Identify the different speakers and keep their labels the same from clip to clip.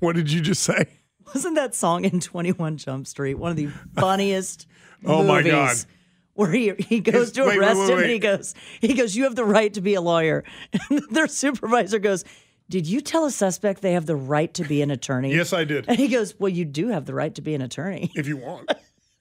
Speaker 1: What did you just say?
Speaker 2: Wasn't that song in 21 Jump Street one of the funniest
Speaker 1: Oh, my
Speaker 2: movies
Speaker 1: God.
Speaker 2: Where he, he
Speaker 1: It's-
Speaker 2: goes to
Speaker 1: wait, wait,
Speaker 2: arrest
Speaker 1: wait,
Speaker 2: him
Speaker 1: wait.
Speaker 2: and he goes, he goes, you have the right to be a lawyer. And their supervisor goes, did you tell a suspect they have the right to be an attorney?
Speaker 1: Yes, I did.
Speaker 2: And he goes, well, you do have the right to be an attorney.
Speaker 1: If you want.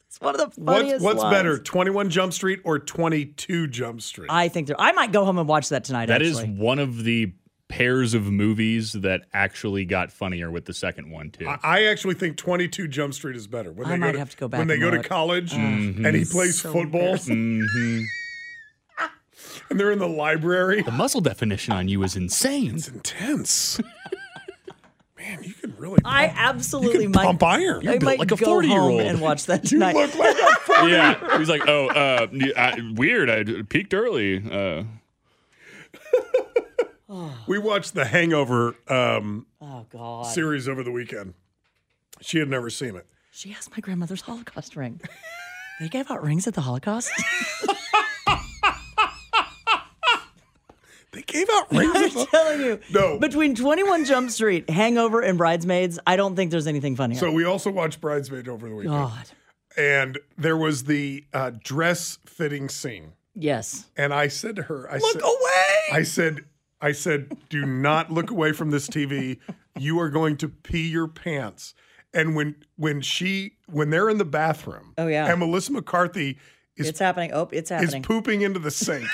Speaker 2: It's one of the
Speaker 1: What's,
Speaker 2: funniest
Speaker 1: what's
Speaker 2: lines.
Speaker 1: better, 21 Jump Street or 22 Jump Street?
Speaker 2: I think they're, I might go home and watch that tonight.
Speaker 3: That is
Speaker 2: actually.
Speaker 3: one of the pairs of movies that actually got funnier with the second one too.
Speaker 1: I- I actually think 22 Jump Street is better. When
Speaker 2: I
Speaker 1: they
Speaker 2: might
Speaker 1: go to,
Speaker 2: have to go back
Speaker 1: When they
Speaker 2: and
Speaker 1: go to
Speaker 2: look. Mm-hmm.
Speaker 1: college and he plays
Speaker 2: So
Speaker 1: football
Speaker 3: hmm
Speaker 1: and they're in the library.
Speaker 3: The muscle definition on you is insane.
Speaker 1: It's intense. Man, you can really pump,
Speaker 2: I
Speaker 1: you
Speaker 2: absolutely
Speaker 1: can
Speaker 2: might.
Speaker 1: pump iron.
Speaker 2: I
Speaker 3: built
Speaker 2: might
Speaker 3: like a
Speaker 2: go home
Speaker 3: 40-year-old.
Speaker 2: and watch that
Speaker 1: you
Speaker 2: tonight.
Speaker 1: look like a
Speaker 3: yeah, he's like, oh, uh, I, weird. I peaked early. Uh,
Speaker 1: We watched the Hangover um,
Speaker 2: oh God.
Speaker 1: series over the weekend. She had never seen it.
Speaker 2: She has my grandmother's Holocaust ring. they gave out rings at the Holocaust.
Speaker 1: They gave out rings.
Speaker 2: I'm
Speaker 1: of the-
Speaker 2: telling you.
Speaker 1: No.
Speaker 2: Between 21 Jump Street, Hangover, and Bridesmaids, I don't think there's anything funnier.
Speaker 1: so we also watched Bridesmaid over the weekend,
Speaker 2: God.
Speaker 1: and there was the uh, dress fitting scene.
Speaker 2: Yes.
Speaker 1: And I said to her, I said,
Speaker 2: away.
Speaker 1: I said, I said, do not look away from this TV. You are going to pee your pants. And when when she when they're in the bathroom,
Speaker 2: Oh, yeah.
Speaker 1: and Melissa McCarthy is
Speaker 2: It's happening. Oh, it's
Speaker 1: is
Speaker 2: happening.
Speaker 1: pooping into the sink.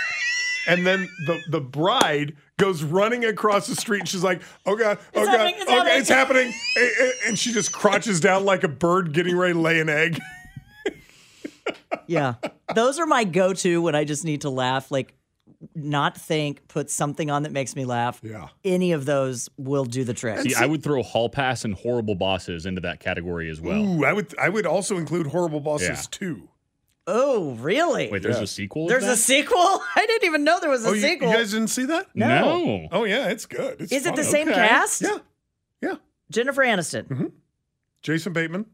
Speaker 1: and then the, the bride goes running across the street. She's like, oh God, oh God,
Speaker 2: happening, it's
Speaker 1: oh God, it's happening. A- a- And she just crouches down like a bird getting ready to lay an egg.
Speaker 2: yeah. Those are my go to when I just need to laugh. Like, not think, put something on that makes me laugh.
Speaker 1: Yeah.
Speaker 2: Any of those will do the trick.
Speaker 3: see, I would throw Hall Pass and Horrible Bosses into that category as well.
Speaker 1: Ooh, I would I would also include horrible bosses
Speaker 3: Yeah.
Speaker 1: too.
Speaker 2: Oh, really?
Speaker 3: Wait, there's a sequel.
Speaker 2: there's a sequel? I didn't even know there was a
Speaker 1: oh, you, you
Speaker 2: sequel.
Speaker 1: guys didn't see that?
Speaker 3: no. no.
Speaker 1: Oh yeah, it's good. It's
Speaker 2: is it the
Speaker 1: funny.
Speaker 2: same
Speaker 3: Okay.
Speaker 2: cast?
Speaker 1: Yeah, yeah.
Speaker 2: Jennifer Aniston.
Speaker 1: Jason Bateman.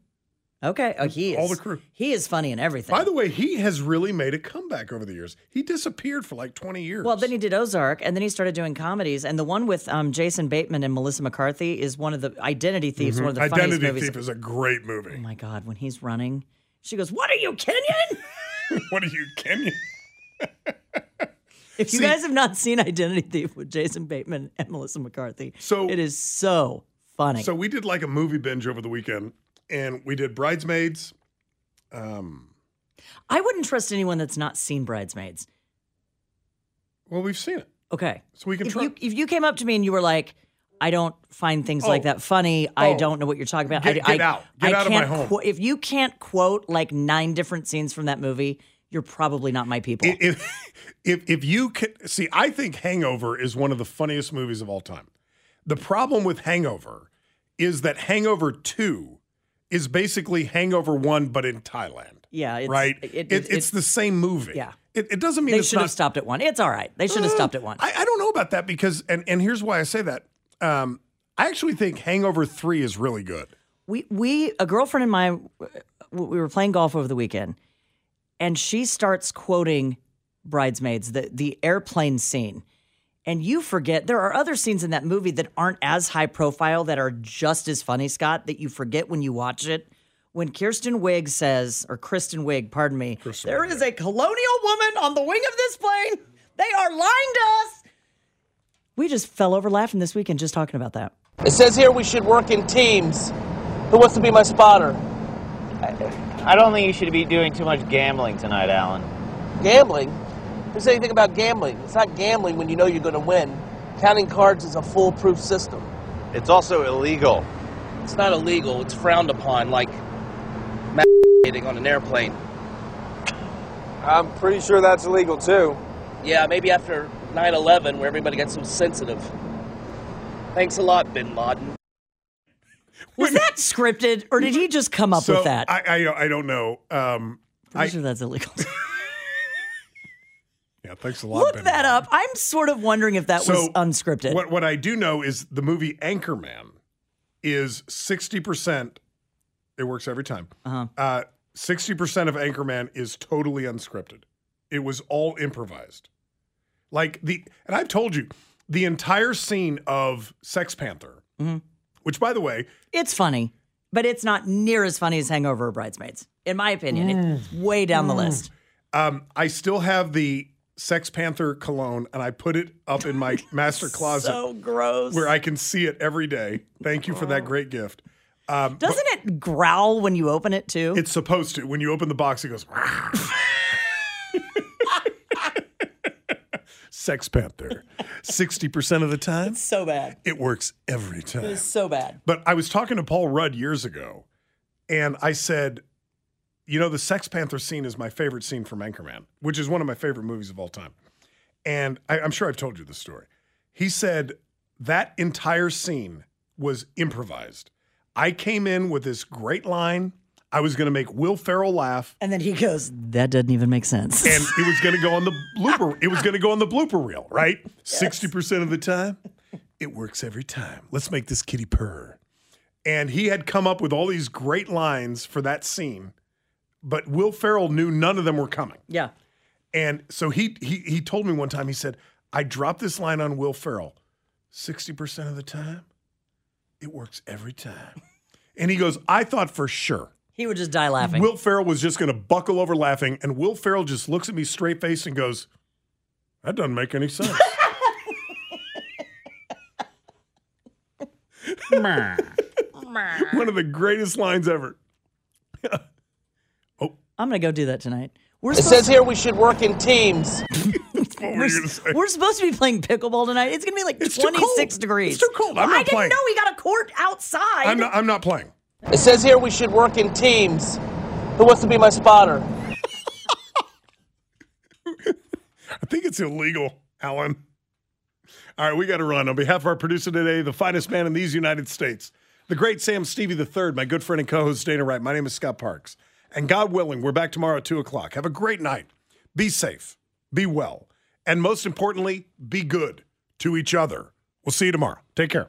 Speaker 2: Okay. Oh, he is.
Speaker 1: Mm-hmm. All the crew.
Speaker 2: He is funny in everything.
Speaker 1: By the way, he has really made a comeback over the years. He disappeared for like twenty years.
Speaker 2: well, then he did Ozark, and then he started doing comedies. And the one with um, Jason Bateman and Melissa McCarthy is one of the Identity Thieves, one of the funniest
Speaker 1: Mm-hmm. Identity
Speaker 2: movies.
Speaker 1: Thief is a great
Speaker 2: Oh
Speaker 1: movie.
Speaker 2: my God, when he's running, she goes, "What are you, Kenyan?"
Speaker 1: what are you, Kenyon?
Speaker 2: If you
Speaker 1: See-
Speaker 2: guys have not seen Identity Thief with Jason Bateman and Melissa McCarthy,
Speaker 1: So-
Speaker 2: it is so funny.
Speaker 1: So we did like a movie binge over the weekend, and we did Bridesmaids. Um,
Speaker 2: I wouldn't trust anyone that's not seen Bridesmaids.
Speaker 1: well, we've seen it,
Speaker 2: Okay,
Speaker 1: so we can
Speaker 2: if
Speaker 1: try.
Speaker 2: you if you came up to me and you were like, I don't find things
Speaker 1: Oh.
Speaker 2: like that funny. I
Speaker 1: Oh.
Speaker 2: don't know what you're talking about.
Speaker 1: Get-
Speaker 2: I,
Speaker 1: get
Speaker 2: I,
Speaker 1: out. Get
Speaker 2: I
Speaker 1: out of my
Speaker 2: can't
Speaker 1: home."
Speaker 2: qu- if you can't quote like nine different scenes from that movie, you're probably not my people.
Speaker 1: I- if, if if you can see, I think Hangover is one of the funniest movies of all time. The problem with Hangover is that Hangover Two is basically Hangover One, but in Thailand.
Speaker 2: yeah, it's,
Speaker 1: right?
Speaker 2: It,
Speaker 1: It- it's the same movie.
Speaker 2: yeah.
Speaker 1: It, it doesn't mean
Speaker 2: they
Speaker 1: it's
Speaker 2: should have
Speaker 1: not.
Speaker 2: stopped at one. It's all right. They
Speaker 1: Uh,
Speaker 2: should have stopped at one.
Speaker 1: I, I don't know about that because, and and here's why I say that. Um, I actually think Hangover Three is really good.
Speaker 2: we we a girlfriend and my we were playing golf over the weekend, and she starts quoting bridesmaids the the airplane scene. And you forget there are other scenes in that movie that aren't as high profile that are just as funny, Scott, that you forget when you watch it. when Kirsten Wig says, or Kristen Wig, pardon me, there is a colonial woman on the wing of this plane. They are lying to us. We just fell over laughing this weekend just talking about that.
Speaker 4: It says here we should work in teams. Who wants to be my spotter?
Speaker 5: I don't think you should be doing too much gambling tonight, Alan.
Speaker 4: Gambling? Who said anything about gambling? It's not gambling when you know you're going to win. Counting cards is a foolproof system.
Speaker 5: It's also illegal.
Speaker 4: It's not illegal, it's frowned upon, like masturbating on an airplane.
Speaker 6: I'm pretty sure that's illegal too.
Speaker 4: Yeah, maybe after 9 11, where everybody got so sensitive. Thanks a lot, bin Laden.
Speaker 2: Was that scripted, or did he just come up
Speaker 1: So
Speaker 2: with that?
Speaker 1: I, I I don't know. Um,
Speaker 2: I'm sure that's illegal.
Speaker 1: yeah, thanks a lot.
Speaker 2: Look
Speaker 1: Ben.
Speaker 2: that up. I'm sort of wondering if that was unscripted.
Speaker 1: What what I do know is the movie Anchorman is sixty percent. It works every time.
Speaker 2: Uh-huh.
Speaker 1: Uh Sixty percent of Anchorman is totally unscripted. It was all improvised. Like the and I've told you the entire scene of Sex Panther,
Speaker 2: Mm-hmm.
Speaker 1: which by the way,
Speaker 2: It's funny, but it's not near as funny as Hangover or Bridesmaids, in my opinion. It's
Speaker 1: Mm.
Speaker 2: way down the list.
Speaker 1: um, I still have the Sex Panther cologne, and I put it up in my master closet
Speaker 2: So Oh. gross.
Speaker 1: where I can see it every day. Thank you for that great gift.
Speaker 2: Doesn't it growl when you open it too?
Speaker 1: It's supposed to. When you open the box, it goes. "Rah." Sex Panther. 60% of the time,
Speaker 2: so bad.
Speaker 1: it works every time.
Speaker 2: So bad.
Speaker 1: But I was talking to Paul Rudd years ago, and I said, you know, the Sex Panther scene is my favorite scene from Anchorman, which is one of my favorite movies of all time. And I, I'm sure I've told you this story. He said that entire scene was improvised. I came in with this great line. I was going to make Will Ferrell laugh,
Speaker 2: And then he goes, That doesn't even make sense.
Speaker 1: and it was going to go on the blooper. It was going to go on the blooper reel, right? Sixty percent of the time, it works every time. Let's make this kitty purr. And he had come up with all these great lines for that scene, but Will Ferrell knew none of them were coming.
Speaker 2: yeah.
Speaker 1: And so he he he told me one time. He said, "I dropped this line on Will Ferrell. Sixty percent of the time, it works every time." And he goes, "I thought for sure."
Speaker 2: He would just die laughing.
Speaker 1: Will Ferrell was just going to buckle over laughing, and Will Ferrell just looks at me straight face and goes, "That doesn't make any sense." One of the greatest lines ever.
Speaker 2: I'm going to go do that tonight. We're
Speaker 4: It
Speaker 2: supposed,
Speaker 4: says here we should work in teams.
Speaker 1: What were you going to say?
Speaker 2: we're supposed to be playing pickleball tonight. It's going to be like
Speaker 1: It's too cold.
Speaker 2: 26 degrees.
Speaker 1: It's too cold. I'm
Speaker 2: Well,
Speaker 1: not
Speaker 2: I didn't
Speaker 1: playing.
Speaker 2: know we got a court outside.
Speaker 1: I'm not, I'm not playing.
Speaker 4: It says here we should work in teams. Who wants to be my spotter?
Speaker 1: I think it's illegal, Alan. All right, we got to run. On behalf of our producer today, the finest man in these United States, the great Sam Stevie III, my good friend and co host Dana Wright, my name is Scott Parks. And God willing, we're back tomorrow at 2 o'clock. Have a great night. Be safe, be well, and most importantly, be good to each other. We'll see you tomorrow. Take care.